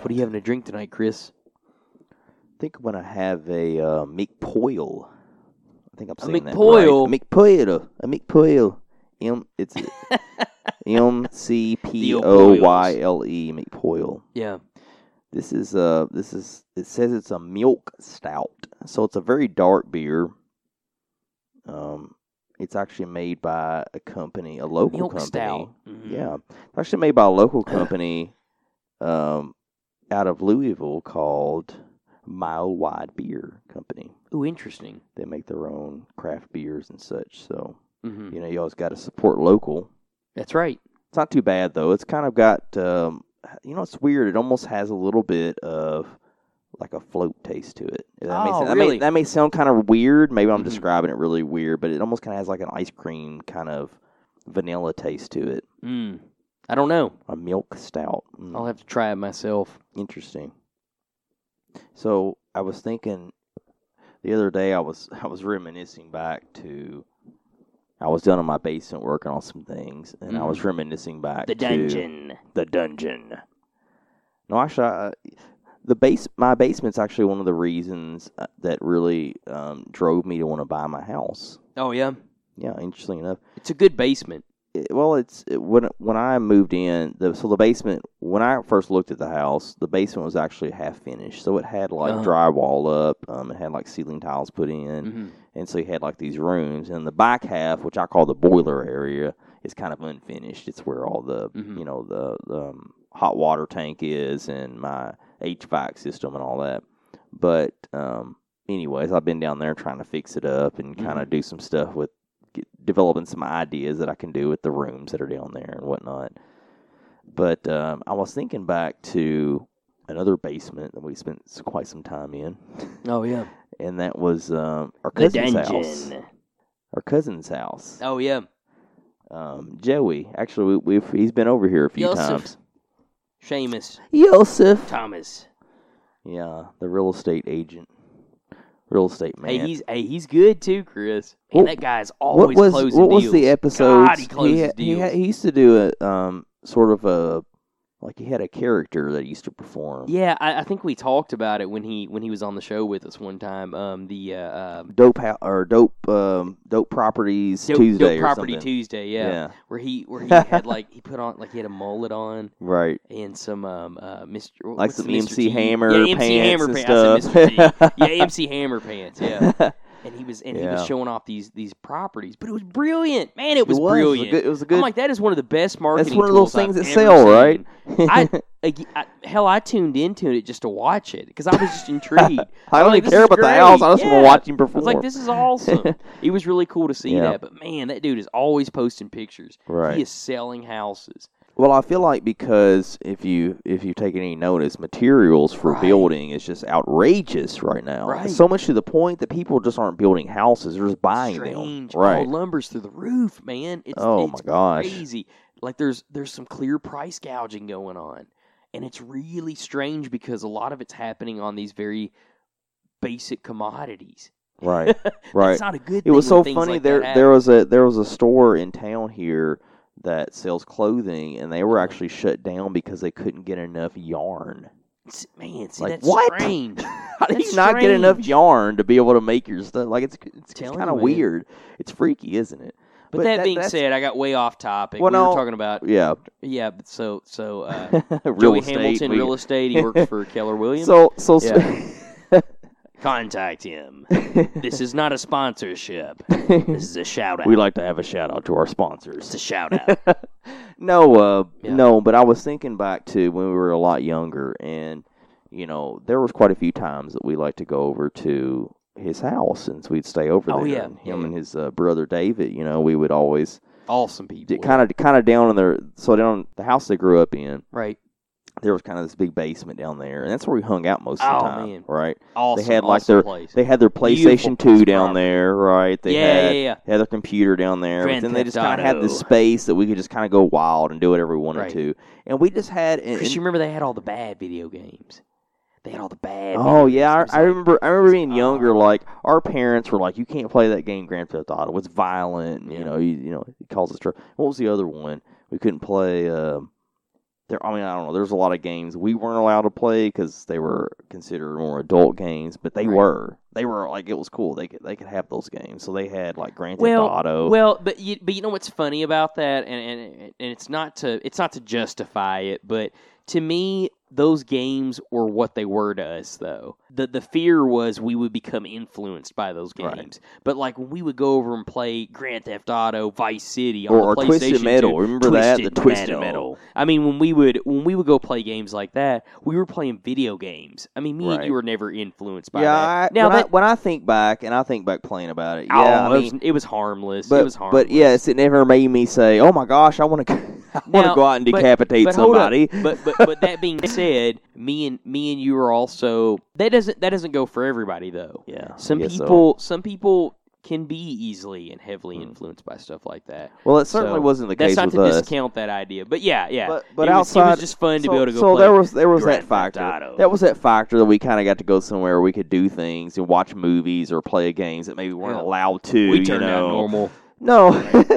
What are you having to drink tonight, Chris? I think I'm gonna have a uh, McPoil. I think I'm saying that McPoil? right. A McPoil. A McPoil. M. It's M C P O Y L E. McPoil. Yeah. This is a this is it says it's a milk stout, so it's a very dark beer. Um, it's actually made by a company, a local Milk company. Mm-hmm. stout. Mhm. Yeah, it's actually made by a local company, um, out of Louisville called Mile Wide Beer Company. Ooh, interesting. They make their own craft beers and such. So hmm you know, you always got to support local. That's right. It's not too bad though. It's kind of got um, you know, it's weird. It almost has a little bit of like a float taste to it. If that may Oh, sound- that really? may, that may sound kind of weird. Maybe I'm Mhm. describing it really weird, but it almost kind of has like an ice cream kind of vanilla taste to it. Mm. I don't know. A milk stout. Mm, I'll have to try it myself. interesting. So I was thinking the other day. I was I was reminiscing back to. I was down in my basement working on some things, and I was reminiscing back Mm. The to- dungeon. the dungeon. No, actually, I, the base my basement's actually one of the reasons uh, that really um, drove me to want to buy my house. Oh yeah, Yeah, interestingly enough. it's a good basement. It- well, it's it, when when I moved in, the, so the basement when I first looked at the house, the basement was actually half finished, so it had like Uh-huh. drywall up, um, it had like ceiling tiles put in, hmm and so you had like these rooms, and the back half, which I call the boiler area, is kind of unfinished. It's where all the Mhm. you know the, the um, hot water tank is, and my HVAC system and all that. But um, anyways, I've been down there trying to fix it up Mm-hmm. and kind of do some stuff with get, developing some ideas that I can do with the rooms that are down there and whatnot. But um, I was thinking back to another basement that we spent s- quite some time in, Oh yeah, and that was um, our the cousin's house dungeon. our cousin's house. Oh yeah, Um, Joey, actually, we, we've he's been over here a few Yosef. times. Seamus Yosef. Thomas. Yeah, the real estate agent, real estate man. Hey, he's hey, he's good too, Chris. Man, What- that guy's what always was closing what was deals. the episode? God, he closes had- he, deals. had- he used to do a um sort of a like he had a character that he used to perform. yeah, I, I think we talked about it when he when he was on the show with us one time. Um, the uh, uh, Dope hou- or dope um dope properties dope, Tuesday dope or property something. Tuesday. Yeah, where he where he had like he put on like he had a mullet on right. and some um uh Mr. what- Like what's some the Mr. MC T? Hammer yeah, MC pants Hammer and pants. I said Mr. T. stuff. yeah, MC Hammer pants. Yeah, and he was and he Yeah. was showing off these these properties, but it was brilliant, man. It was, It was a brilliant. good. It was a good I'm like, that is one of the best marketing. that's one of those tools things I've that ever sell, right? seen. I, ag- I hell, I tuned into it just to watch it because I was just intrigued. I don't like, this even care is about the great. house. I just Yeah. want to watch him I perform. was like, this is awesome. it was really cool to see Yeah. that, but man, that dude is always posting pictures. right. He is selling houses. Well, I feel like because if you if you take any notice, materials for Right. building is just outrageous right now. Right. So much to the point that people just aren't building houses; they're just buying Strange. them. Right. Oh, lumber's through the roof, man. It's, Oh, it's my gosh. crazy. Like there's there's some clear price gouging going on, and it's really strange because a lot of it's happening on these very basic commodities. Right. Right. It's not a good. It was thing when so things funny. like that there happen. there was a there was a store in town here that sells clothing, and they were actually shut down because they couldn't get enough yarn. S- man. See, Like, that's what? strange. How do you That's not get enough strange. yarn to be able to make your stuff? Like it's it's, it's Telling kind you, of man. weird. It's freaky, isn't it? But, that, being that's- said, I got way off topic. Well, we no. were talking about yeah, yeah. But so so uh, real Joey estate, Hamilton, we- real estate. He works for Keller Williams. So so Contact him. This is not a sponsorship. This is a shout out. we like to have a shout out to our It's a sponsors. shout out. No, uh, Yeah. no, but I was thinking back to when we were a lot younger, and you know there was quite a few times that we like to go over to his house since we'd stay over Oh, there. yeah, and yeah, him yeah. and his uh, brother David. You know, we would always awesome people. kind of kind of down in their so down the house they grew up in. right. There was kind of this big basement down there, and that's where we hung out most of Oh, the time, man. right? Awesome. had, like, awesome their- place. They had their PlayStation Beautiful Two down property. there, right? They yeah, had yeah, yeah. had their computer down there, Grand but then they just Theft kind of had this Auto. space that we could just kind of go wild and do whatever we wanted Right. to. And we just had, and, Chris, you and- remember they had all the bad video games. They had all the bad. video oh yeah, games. I, I It was remember. I remember being younger. Oh. Like our parents were like, "You can't play that game, Grand Theft Auto. It's violent. and, You Yeah. know, you, you know, it causes trouble." What was the other one? We couldn't play. um there. I mean, I don't know. There's a lot of games we weren't allowed to play because they were considered more adult games, but they Right. were. They were like it was cool. They could they could have those games. So they had like Grand Theft Well, Auto. Well, but you, but you know what's funny about that, and, and and it's not to it's not to justify it, but to me, those games were what they were to us. Though the the fear was we would become influenced by those games. Right. But like when we would go over and play Grand Theft Auto, Vice City, on or, or the PlayStation Twisted 2, Metal. Remember that Twisted the Twisted Metal. Metal. I mean, when we would when we would go play games like that, we were playing video games. I mean, me and Right. you were never influenced by yeah, that. I, now when, that I, when I think back and I think back playing about it, oh, yeah, I it, mean, was, it was harmless. but it was harmless. but yes, it never made me say, "Oh my gosh, I want to, I want Now, to go out and but- decapitate but hold up. somebody." but but but that being said, me and me and you are also that doesn't that doesn't go for everybody though. Yeah, I Some guess so. people some people can be easily and heavily Hmm. influenced by stuff like that. Well, it certainly So, wasn't the That's case not with to us. discount that idea, but yeah, yeah. But but it was, outside, it was just fun to so, be able to go so play. there was there was Grand that Theft factor. Auto. That was that factor that we kind of got to go somewhere we could do things and watch movies or play games that maybe we weren't Yeah. allowed to. we you turned out know. normal. No,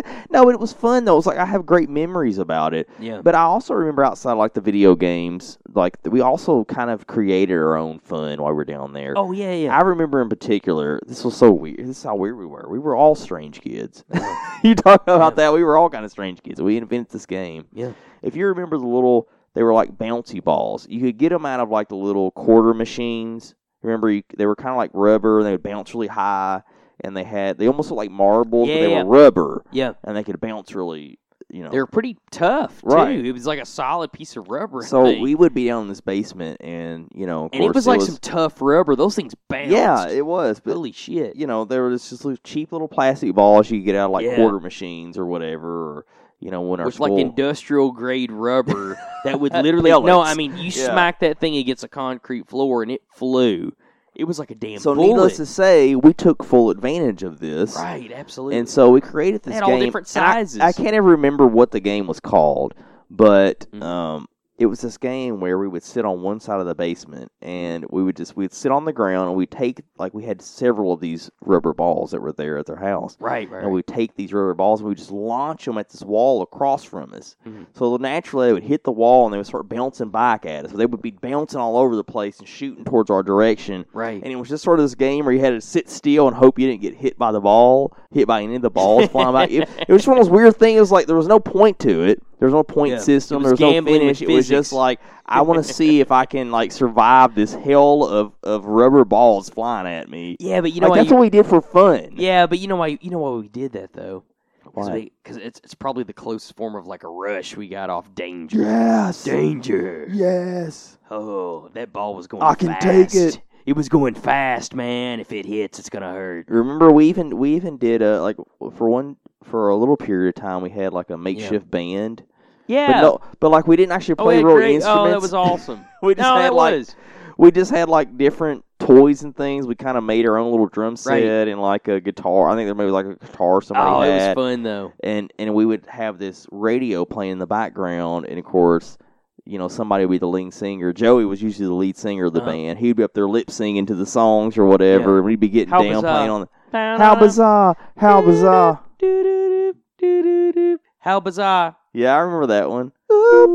no, it was fun though. It's like I have great memories about it. Yeah. But I also remember outside like the video games, like we also kind of created our own fun while we were down there. Oh yeah, yeah. I remember in particular, this was so weird. This is how weird we were. We were all strange kids. you talk about that? We were all kind of strange kids. We invented this game. Yeah. If you remember the little, they were like bouncy balls. You could get them out of like the little quarter machines. Remember, you, they were kind of like rubber and they would bounce really high. And they had, they almost looked like marbles, but Yeah, they yeah. were rubber yeah, and they could bounce really, you know. they're pretty tough too. Right. It was like a solid piece of rubber. So thing. we would be down in this basement and, you know, of and it course was like some tough rubber. Those things bounced. yeah, it was. But holy shit. you know, there was just little cheap little plastic balls you could get out of like Yeah. quarter machines or whatever. Or, you know, when our Which school, like industrial grade rubber that would literally no, Pellets. I mean you Yeah. smack that thing against a concrete floor and it flew. It was like a damn so bullet. needless to say, we took full advantage of this, right, absolutely. and so we created this had all game. different and I- sizes. I, can't even remember what the game was called, but Mhm. um, it was this game where we would sit on one side of the basement and we would just we'd sit on the ground and we'd take like we had several of these rubber balls that were there at their house. right, right. and we take these rubber balls and we just launch them at this wall across from us. Mhm. So naturally, they would hit the wall and they would start bouncing back at us. So they would be bouncing all over the place and shooting towards our direction. right. And it was just sort of this game where you had to sit still and hope you didn't get hit by the ball, hit by any of the balls flying by. It, it was just one of those weird things. It was like there was no point to it. There was no point Yeah. system. It There was was no gambling finish. It with was just physics. like I want to see if I can like survive this hell of, of rubber balls flying at me. yeah, but you know like, why that's you, what we did for fun. Yeah, but you know why you know why we did that though? Why? Because it's it's probably the closest form of like a rush we got off danger. Yes. Danger. Yes. Oh, that ball was going I can fast. take it. It was going fast, man. If it hits, it's gonna hurt. Remember, we even we even did a like for one for a little period of time we had like a makeshift band, Yeah. but no, but like we didn't actually oh, we play had real great- instruments. oh, that was awesome. we just no, had that like was. we just had like different toys and things. We kind of made our own little drum set Right. and like a guitar. I think there may be like a guitar somebody Oh, had, it was fun though. and and we would have this radio playing in the background, and of course. You know, somebody would be the lead singer. Joey was usually the lead singer of the Uh-huh. band. He'd be up there lip singing to the songs or whatever, and we'd be getting How down bizarre. playing on. How Uh-huh. bizarre! How bizarre! Doo-doo-doo, doo-doo-doo. How bizarre. Yeah, I remember that one.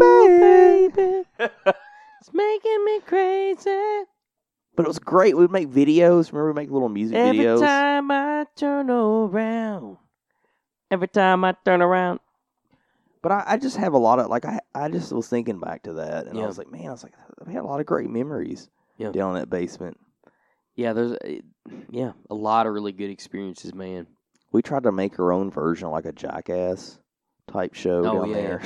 Ooh, baby. it's making me crazy. But it was great. We'd make videos. Remember, we make little music Every videos. time I turn around. Every time I turn around. But I, I just have a lot of like I, I just was thinking back to that, and I Yeah. was like, man, I was like, we had a lot of great memories Yeah. down in that basement. Yeah, there's a, yeah, a lot of really good experiences, man. We tried to make our own version, like a jackass type show Oh, down yeah. there.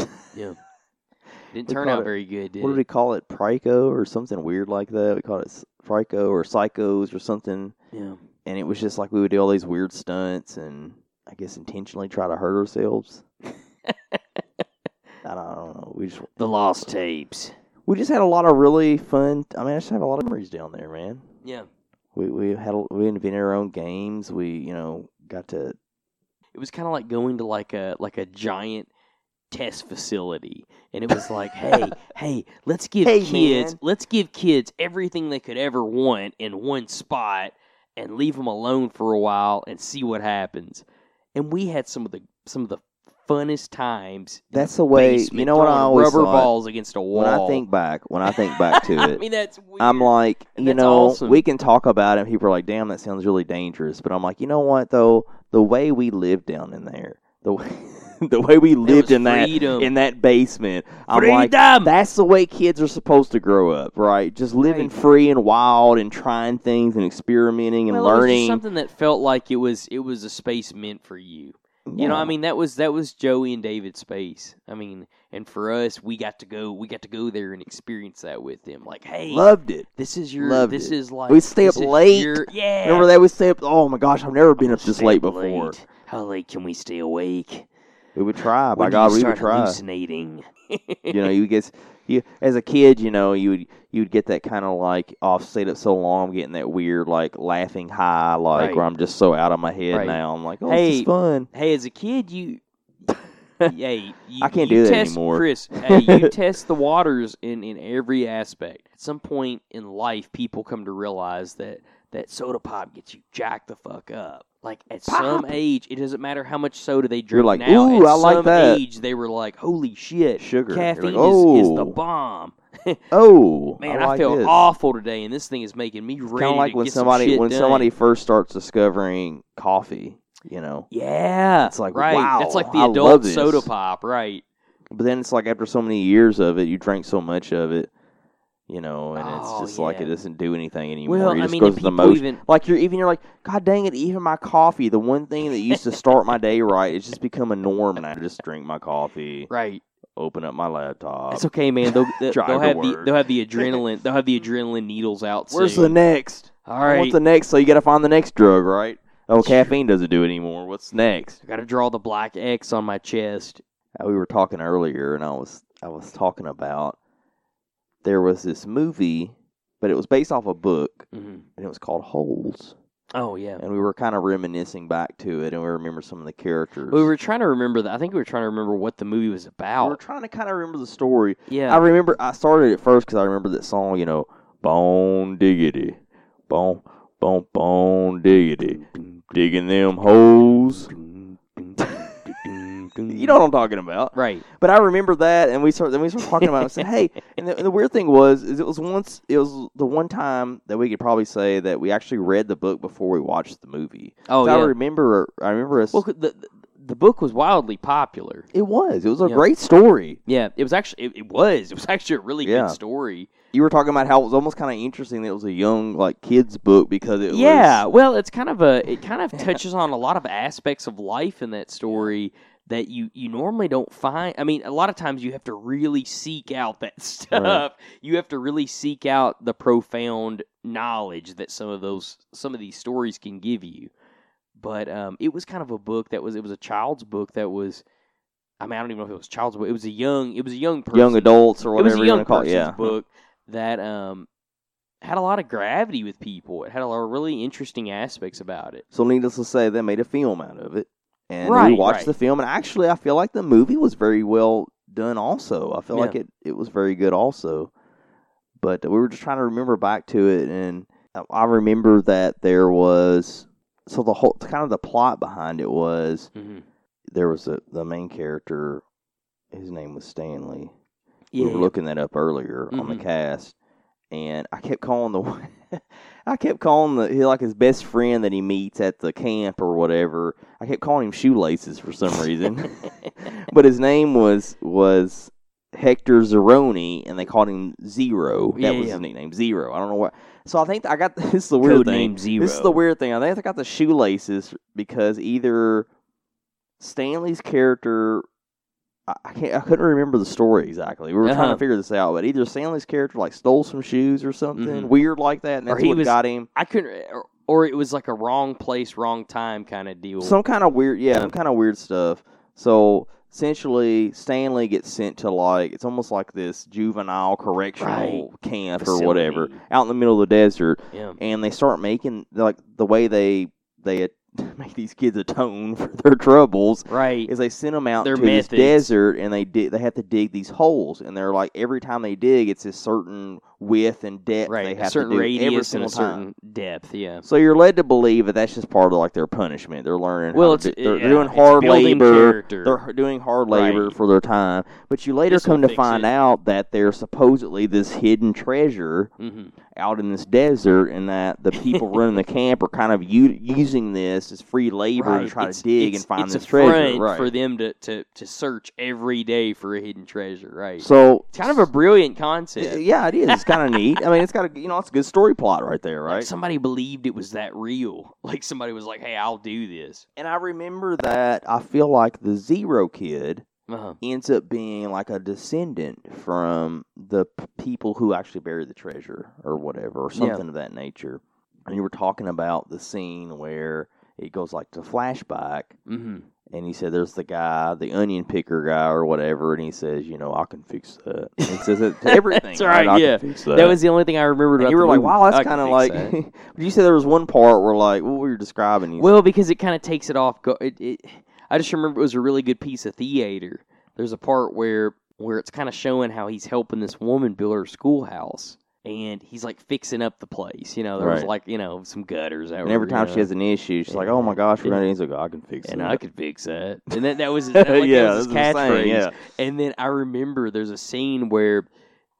Didn't We turn called out it- very good, did what did it? we call it? Pryco or something weird like that. We called it s- Pryco or Psychos or something. Yeah. And it was just like we would do all these weird stunts and I guess intentionally try to hurt ourselves. I don't, I don't know. We just The lost tapes. we just had a lot of really fun. I mean, I just have a lot of memories down there, man. Yeah. We we had a- we invented our own games. We you know got to it was kind of like going to like a like a giant test facility and it was like hey hey let's give Hey, kids man. let's give kids everything they could ever want in one spot and leave them alone for a while and see what happens and we had some of the some of the funnest times. in That's the the way- you basement know what I throwing always rubber thought? balls against a wall. When I think back, when I think back to I it, mean that's weird. I'm like, And you that's know, awesome. we can talk about it. And people are like, damn, that sounds really dangerous. But I'm like, you know what though? The way we lived down in there, the way, the way we There lived was in that freedom. in that basement, I'm like, Freedom! that's the way kids are supposed to grow up, right? Just living Right. free and wild and trying things and experimenting and Well, it was just learning. something that felt like it was it was a space meant for you. You know, I Yeah. mean that was that was Joey and David's space. I mean, and for us, we got to go we got to go there and experience that with them. Like, hey, loved it. this is your loved this it. is like We'd stay this up is late. your- yeah, Remember they would stay up. Oh my gosh, I've never been We'll up this stay late up before. late. How late can we stay awake? We would try. By When do Oh God, you we would start try. hallucinating. you know, you get you as a kid, you know, you would you would get that kind of like off stayed up so long, I'm getting that weird like laughing high, like Right. where I'm just so out of my head Right. now. I'm like, oh, this Hey, is fun. Hey, as a kid, you. hey, you, I can't you do that test, anymore. Chris. Hey, you test the waters in in every aspect. At some point in life, people come to realize that that soda pop gets you jacked the fuck up. Like at some Pop. age, it doesn't matter how much soda they You're drink like, now. "Ooh, at I like some that." age, they were like, "Holy shit, Sugar. You're like, caffeine is, is the "Oh." bomb." Oh, Man, I, I, like feel this. awful today, and this thing is making me ready. Kind of like to when get some somebody shit when done. somebody first starts discovering coffee, you know. Yeah, It's like, right. wow, That's like the I love adult this. soda pop, right? But then it's like after so many years of it, you drink so much of it, you know, and Oh, it's just like yeah. it doesn't do anything anymore. Well, it I just mean, goes the to the people most. even Like you're even you're like, God dang it, even my coffee, the one thing that used to start my day right, it's just become a norm and I just drink my coffee, right. open up my laptop. It's okay, man. They'll they'll, uh, drive they'll to have the work. they'll have the adrenaline they'll have the adrenaline needles out. Where's the soon. next? All All right. right? What's the next? So you gotta find the next drug, right? Oh, That's true. caffeine doesn't do it anymore. What's next? I got to draw the black X on my chest. Uh, we were talking earlier and I was I was talking about there was this movie, but it was based off a book Mhm. and it was called Holes. Oh yeah. And we were kind of reminiscing back to it, and we remember some of the characters. We were trying to remember that. I think we were trying to remember what the movie was We were about. trying to kind of remember the story. I Yeah. remember I started it first because I remember that song, you know, Bone Diggity, Bone Bone Bone Diggity, digging them holes. You know what I'm talking about. Right. But I remember that, and we started. Then we started talking about. it. I said, "Hey," and the, and the weird thing was, is it was once it was the one time that we could probably say that we actually read the book before we watched the movie. Oh 'Cause I yeah. remember. I remember us. Well, the the- the book was wildly popular. It was. It was a Yeah. great story. Yeah, it was actually it, it was it was actually a really Yeah. good story. You were talking about how it was almost kind of interesting that it was a young like kids book because it yeah, was well, it's kind of a it kind of touches on a lot of aspects of life in that story that you you normally don't find. I mean, a lot of times you have to really seek out that stuff. You have to really seek out the profound knowledge that some of those some of these stories can give you. But um, it was kind of a book that was it was a child's book that was. I mean, I don't even know if it was a child's book. It was a young it was a young person. young adults or it was whatever a you young want to call it. person's Yeah, book that um had a lot of gravity with people. It had a lot of really interesting aspects about it. So needless to say, they made a film out of it, and we Right, watched right. the film. And actually, I feel like the movie was very well done. Also, I feel Yeah. like it it was very good. Also, but we were just trying to remember back to it, and I- I remember that there was so the whole kind of the plot behind it was Mm-hmm. there was a, the main character. His name was Stanley. Yeah, we were looking that up earlier on the Mhm. cast, and I kept calling the one. I kept calling the he- like his best friend that he meets at the camp or whatever. I kept calling him shoelaces for some reason, but his name was was Hector Zeroni, and they called him Zero. That Yeah, was yeah. his nickname, Zero. I don't know why. So I think I got this is the weird thing. name Zero. This is the weird thing. I think I got the shoelaces because either Stanley's character. I I can't. I couldn't remember the story exactly. We were trying Uh-huh. to figure this out, but either Stanley's character like stole some shoes or something Mhm. weird like that, and Or that's he what was- got him. I couldn't, or, or it was like a wrong place, wrong time kind of deal. Some kind of weird, yeah, Yeah. some kind of weird stuff. So essentially, Stanley gets sent to like it's almost like this juvenile correctional camp or whatever, Facility. out in the middle of the desert, yeah, and they start making like the way they they make these kids atone for their troubles Right. is they send them out Their to this methods. desert and they dig, they have to dig these holes and they're like every time they dig it's this certain width and depth Right. they A have to certain do every radius and a single time. certain depth. Yeah. So you're led to believe that that's just part of like their punishment. They're learning. how Well, to it's do- they're yeah, doing it's hard building labor. character. They're doing hard labor Right. for their time. But you later This will come to fix find it. out that there's supposedly this hidden treasure Mhm. out in this desert, and that the people running the camp are kind of u- using this as free labor Right. to try It's- to dig it's- and find it's this a treasure. front right. For them to, to, to search every day for a hidden treasure. Right. so it's kind of a brilliant concept. yeah, it is. It's kind of neat. I mean, it's got a you know it's a good story plot right there, Like right? somebody believed it was that real. Like somebody was like, "Hey, I'll do this." and I remember that I feel like the Zero Kid. Uh-huh. ends up being like a descendant from the p- people who actually buried the treasure or whatever or Yeah. something of that nature. And you were talking about the scene where it goes like to flashback Mm-hmm. and he said there's the guy, the onion picker guy or whatever, and he says, you know, I can fix that. And he says it to everything. That's right, I yeah. can fix that. That was the only thing I remembered. and about you the were like, movie. wow, I that's can kind of fix like. that. but you said there was one part where, like, what were you describing? You Well, because it kind of takes it off. Go- it, it, I just remember it was a really good piece of theater. There's a part where where it's kind of showing how he's helping this woman build her schoolhouse, and he's like fixing up the place. You know, there was Right. like you know some gutters. and every time she has an issue, she's like, oh my gosh, we're Yeah. going to. He's like, I can fix and that. I could fix that. And that that was that, like, that was his that's what I'm catchphrase. saying, yeah. And then I remember there's a scene where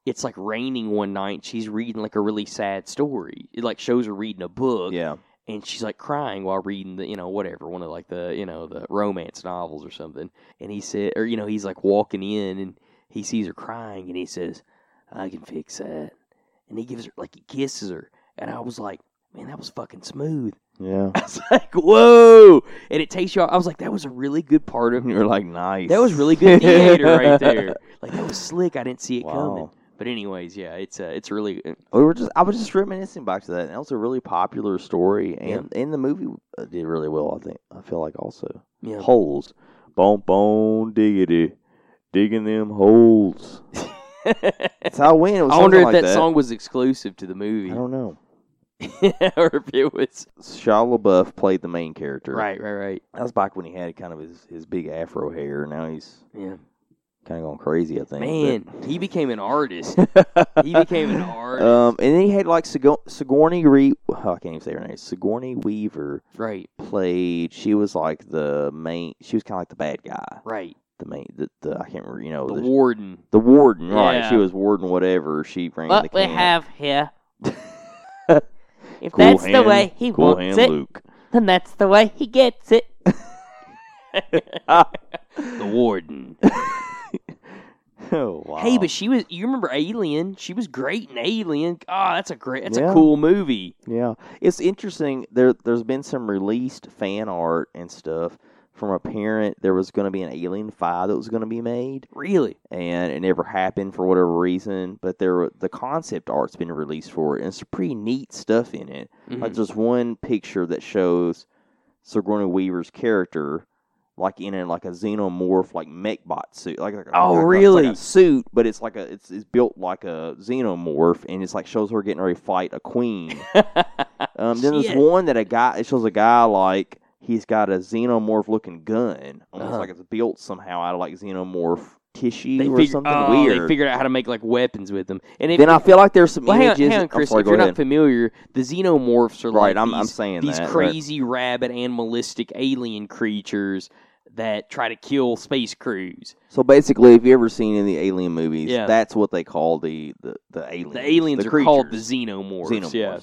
it's like raining one night. She's reading like a really sad story. It like shows her reading a book, Yeah. and she's like crying while reading the you know whatever one of like the you know the romance novels or something. And he said, or you know, he's like walking in and he sees her crying, and he says, "I can fix that." And he gives her like he kisses her, and I was like, "Man, that was fucking smooth." Yeah. I was like, "Whoa!" And it takes you. off. I was like, "That was a really good part of And you're like, nice. that was really good theater right there. Like that was slick. I didn't see it coming. Wow. But anyways, yeah, it's uh, it's really We were just I was just reminiscing back to that. And that was a really popular story and, and the movie uh, did really well, I think. I feel like also. yeah. Holes. Bone bone diggity. Digging them holes. I That's how I win. It was wonder if something like that, song was exclusive to the movie, I don't know. or if it was Shia LaBeouf played the main character. right, right, right. That was back when he had kind of his, his big afro hair. Now he's Yeah, kind of going crazy, I think. man, he became an artist. but- He became an artist, Um, and then he had like Sigour- Sigourney Re- oh, I can't even say her name. Sigourney Weaver right, played. She was like the main. She was kind of like the bad guy. right. The main. The, the I can't remember. You know The the, warden. the warden. Right. Yeah. She was warden. Whatever. She ran the camp. here. if Cool that's the hand- way he cool hand Luke. then that's the way he gets it. the warden. Oh wow. Hey, but she was. You remember Alien? She was great in Alien. Oh, that's a great. That's a Yeah. cool movie. yeah, it's interesting. There there's been some released fan art and stuff from a parent. There was going to be an Alien Five that was going to be made. Really? and it never happened for whatever reason. But there, the concept art's been released for it, and it's pretty neat stuff in it. Mm-hmm. Oh, Like there's one picture that shows Sigourney Weaver's character, like in a like a xenomorph like mechbot suit, like, like a- Oh, like a- it's like really? a suit, but it's like a it's, it's built like a xenomorph, and it's like shows her getting ready to fight a queen. Um, then there's Shit. one that a guy it shows a guy like he's got a xenomorph looking gun, almost Uh-huh. like it's built somehow out of like xenomorph tissue they or fig- something oh, They weird. figured out how to make like weapons with them. And if, then I feel like there's some well, hang on, images. hang on, I'm Chris. sorry, if go you're not ahead. familiar, the xenomorphs are like right, I'm these, I'm saying these that right. crazy rabid animalistic alien creatures that try to kill space crews. So basically, if you ever seen any of the alien movies, Yeah. that's what they call the the, the aliens. The aliens the are called the creatures. xenomorphs. xenomorphs. Yeah.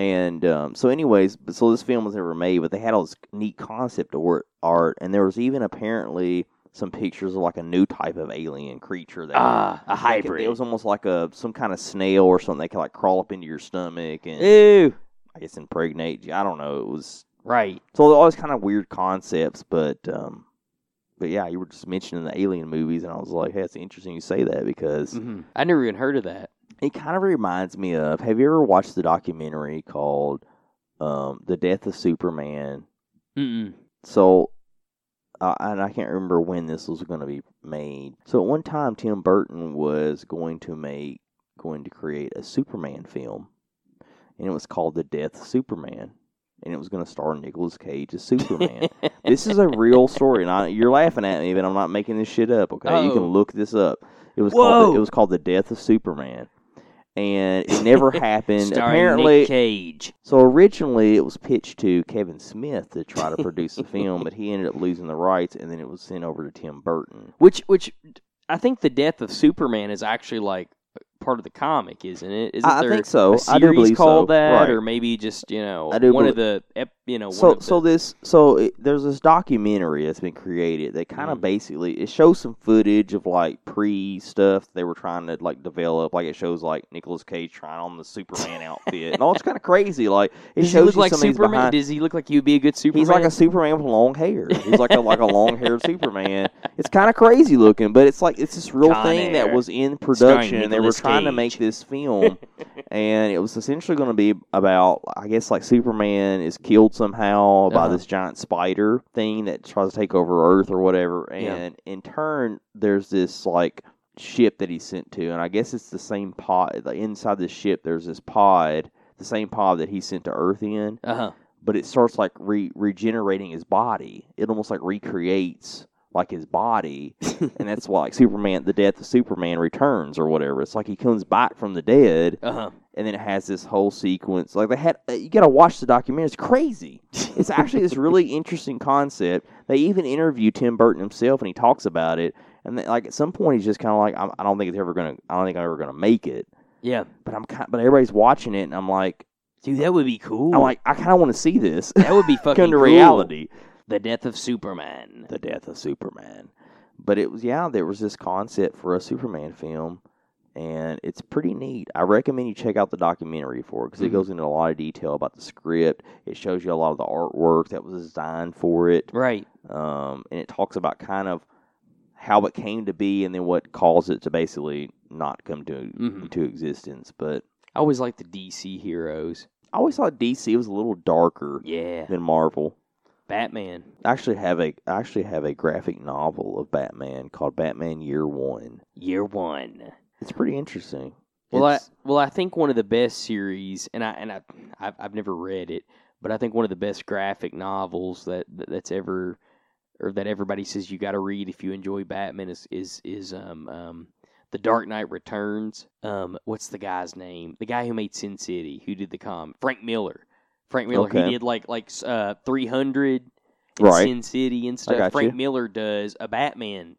And um, so, anyways, but- so this film was never made, but they had all this neat concept or- art, and there was even apparently some pictures of like a new type of alien creature that Ah, a like, hybrid. It was almost like a some kind of snail or something that could like crawl up into your stomach and Ew. I guess impregnate you. I don't know. It was Right. so all these kind of weird concepts, but um, but yeah, you were just mentioning the alien movies, and I was like, hey, it's interesting you say that because Mhm. I never even heard of that. it kind of reminds me of have you ever watched the documentary called um, The Death of Superman? Mm-mm. So, uh, and I can't remember when this was going to be made. So, at one time, Tim Burton was going to make, going to create a Superman film, and it was called The Death of Superman. and it was going to star Nicolas Cage as Superman. this is a real story, and I, you're laughing at me, but I'm not making this shit up. Okay, you can Oh. look this up. It was called the, Whoa. it was called the Death of Superman, and it never happened. Starring Apparently, Nick Cage. so originally it was pitched to Kevin Smith to try to produce the film, but he ended up losing the rights, and then it was sent over to Tim Burton. Which which I think the death of Superman is actually like part of the comic, isn't it? Isn't I, I there think so. a I do series believe called so. that, Right. or maybe just you know I do one of believe- the ep- you know so one of so the, this so it, there's this documentary that's been created that kind of Mhm. basically it shows some footage of like pre stuff they were trying to like develop like it shows like Nicolas Cage trying on the Superman outfit and all it's kind of crazy like it does he shows look you like somebody's Superman? behind Does he look like you'd be a good Superman? he's like a Superman with long hair he's like a like a long haired Superman it's kind of crazy looking but it's like it's this real Con thing that Air. was in production and they were Nicolas trying to Cage. make this film and it was essentially going to be about I guess like Superman is killed somehow by Uh-huh. this giant spider thing that tries to take over Earth or whatever, Yeah. and in turn there's this like ship that he's sent to, and I guess it's the same pod. Like inside the ship, there's this pod, the same pod that he's sent to Earth in, uh huh. but it starts like re- regenerating his body. It almost like recreates like his body, and that's why like Superman, the death of Superman returns or whatever. It's like he comes back from the dead Uh huh. and then it has this whole sequence. Like they had, uh, you gotta watch the documentary. It's crazy. It's actually this really interesting concept. They even interview Tim Burton himself, and he talks about it. And then, like at some point, he's just kind of like, I'm, I don't think it's ever gonna, I don't think I'm ever gonna make it. Yeah, But I'm, kind, but everybody's watching it, and I'm like, dude, that would be cool. I'm like, I kind of want to see this that would be fucking come to cool. reality. The death of Superman. The death of Superman. But it was yeah, there was this concept for a Superman film, and it's pretty neat. I recommend you check out the documentary for it because Mhm. it goes into a lot of detail about the script. It shows you a lot of the artwork that was designed for it, Right. um, and it talks about kind of how it came to be and then what caused it to basically not come to Mhm. to existence. But I always like the DC heroes. I always thought DC was a little darker Yeah. than Marvel. Batman. I actually have a I actually have a graphic novel of Batman called Batman Year One. Year one. It's pretty interesting. Well, I, It's- well, I think one of the best series, and I and I, I've, I've never read it, but I think one of the best graphic novels that, that that's ever, or that everybody says you got to read if you enjoy Batman is is is um um the Dark Knight Returns. Um, what's the guy's name? The guy who made Sin City, who did the com, Frank Miller. Frank Miller. Okay. He did like like uh three hundred, Right. Sin City and stuff. got Frank you. Miller does a Batman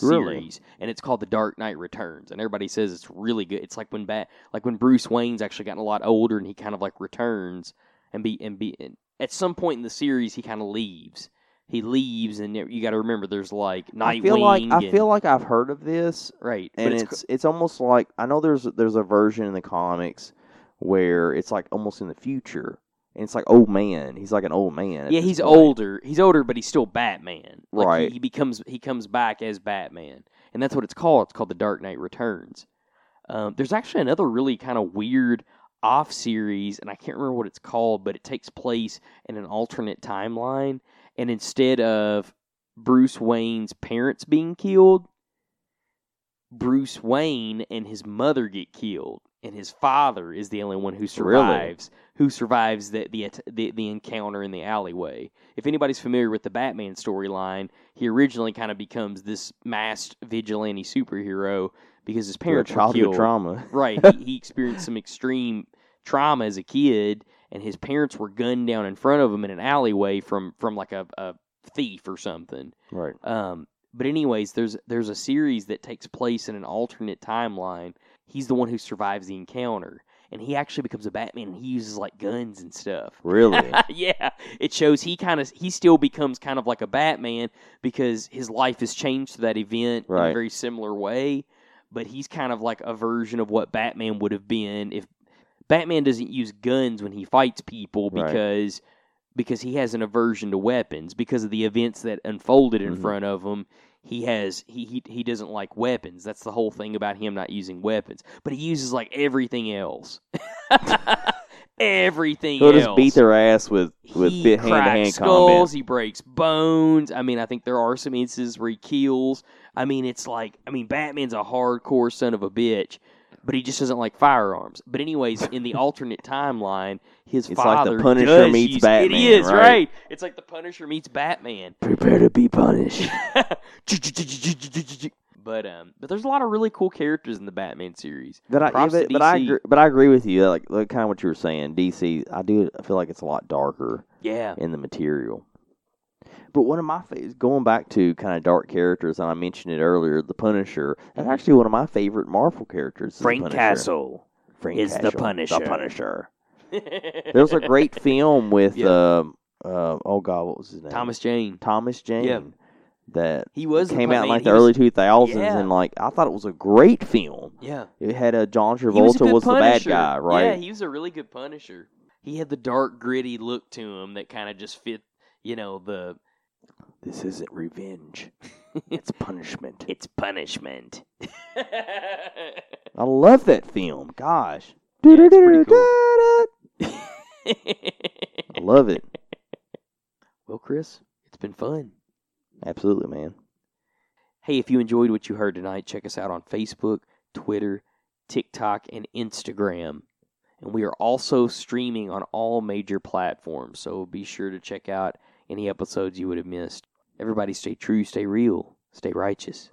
Really? series, and it's called The Dark Knight Returns. And everybody says it's really good. It's like when Bat, like when Bruce Wayne's actually gotten a lot older, and he kind of like returns and be and be. And at some point in the series, he kind of leaves. He leaves, and you got to remember there's like Nightwing. I feel like I and- feel like I've heard of this, right, and but it's it's, it's, almost like I know there's there's a version in the comics where it's like almost in the future, and it's like old man. He's like an old man. at yeah, this he's point. older. He's older, but he's still Batman. Like, he- Right. He, becomes he comes back as Batman, and that's what it's called. It's called The Dark Knight Returns. Um, there's actually another really kind of weird off series, and I can't remember what it's called, but it takes place in an alternate timeline, and instead of Bruce Wayne's parents being killed, Bruce Wayne and his mother get killed, and his father is the only one who survives. Who survives the the, at- the the encounter in the alleyway? If anybody's familiar with the Batman storyline, he originally kind of becomes this masked vigilante superhero because his Your parents were childhood killed. trauma. Right, he, he experienced some extreme trauma as a kid, and his parents were gunned down in front of him in an alleyway from from like a, a thief or something. Right. Um, but anyways, there's there's a series that takes place in an alternate timeline. He's the one who survives the encounter, and he actually becomes a Batman. and He uses like guns and stuff. Really. yeah, it shows he kind of he still becomes kind of like a Batman because his life is changed to that event in Right. a very similar way. But he's kind of like a version of what Batman would have been if Batman doesn't use guns when he fights people Right. because because he has an aversion to weapons because of the events that unfolded in Mhm. front of him. He has he, he he doesn't like weapons. That's the whole thing about him not using weapons. But he uses like everything else. everything He'll else just beat their ass with with he hand to hand cracks combat. skulls, he breaks bones. I mean, I think there are some instances where he kills. I mean, it's like, I mean, Batman's a hardcore son of a bitch, but he just doesn't like firearms. But anyways, in the alternate timeline, his It's like father the Punisher does meets use- Batman, It is right? right. It's like the Punisher meets Batman. Prepare to be punished. but um, but there's a lot of really cool characters in the Batman series. But I, yeah, Props to but, but I DC. agree, but I agree with you. Like, like kind of what you were saying, DC. I do. I feel like it's a lot darker Yeah, in the material. But one of my favorite, going back to kind of dark characters, and I mentioned it earlier, the Punisher. That's actually one of my favorite Marvel characers. is Mm-hmm. the Frank Punisher. Castle. Frank is the Castle, Punisher. The Punisher. There Those was a great film with Yeah. um, uh, oh god, what was his name? Thomas Jane. Thomas Jane. Yeah. That He was the came Punisher. out in like He the was- early two thousands, Yeah. and like I thought it was a great film. Yeah. It had a John He was a Travolta good was, the bad Punisher. guy, right? Yeah, he was a really good Punisher. He had the dark, gritty look to him that kind of just fit, you know, the this isn't revenge; it's punishment. it's punishment. I love that film. Gosh, Yeah, it's pretty cool. I love it. well, Chris, it's been fun. Absolutely, man. Hey, if you enjoyed what you heard tonight, check us out on Facebook, Twitter, TikTok, and Instagram. And we are also streaming on all major platforms, so be sure to check out any episodes you would have missed. Everybody stay true, stay real, stay righteous.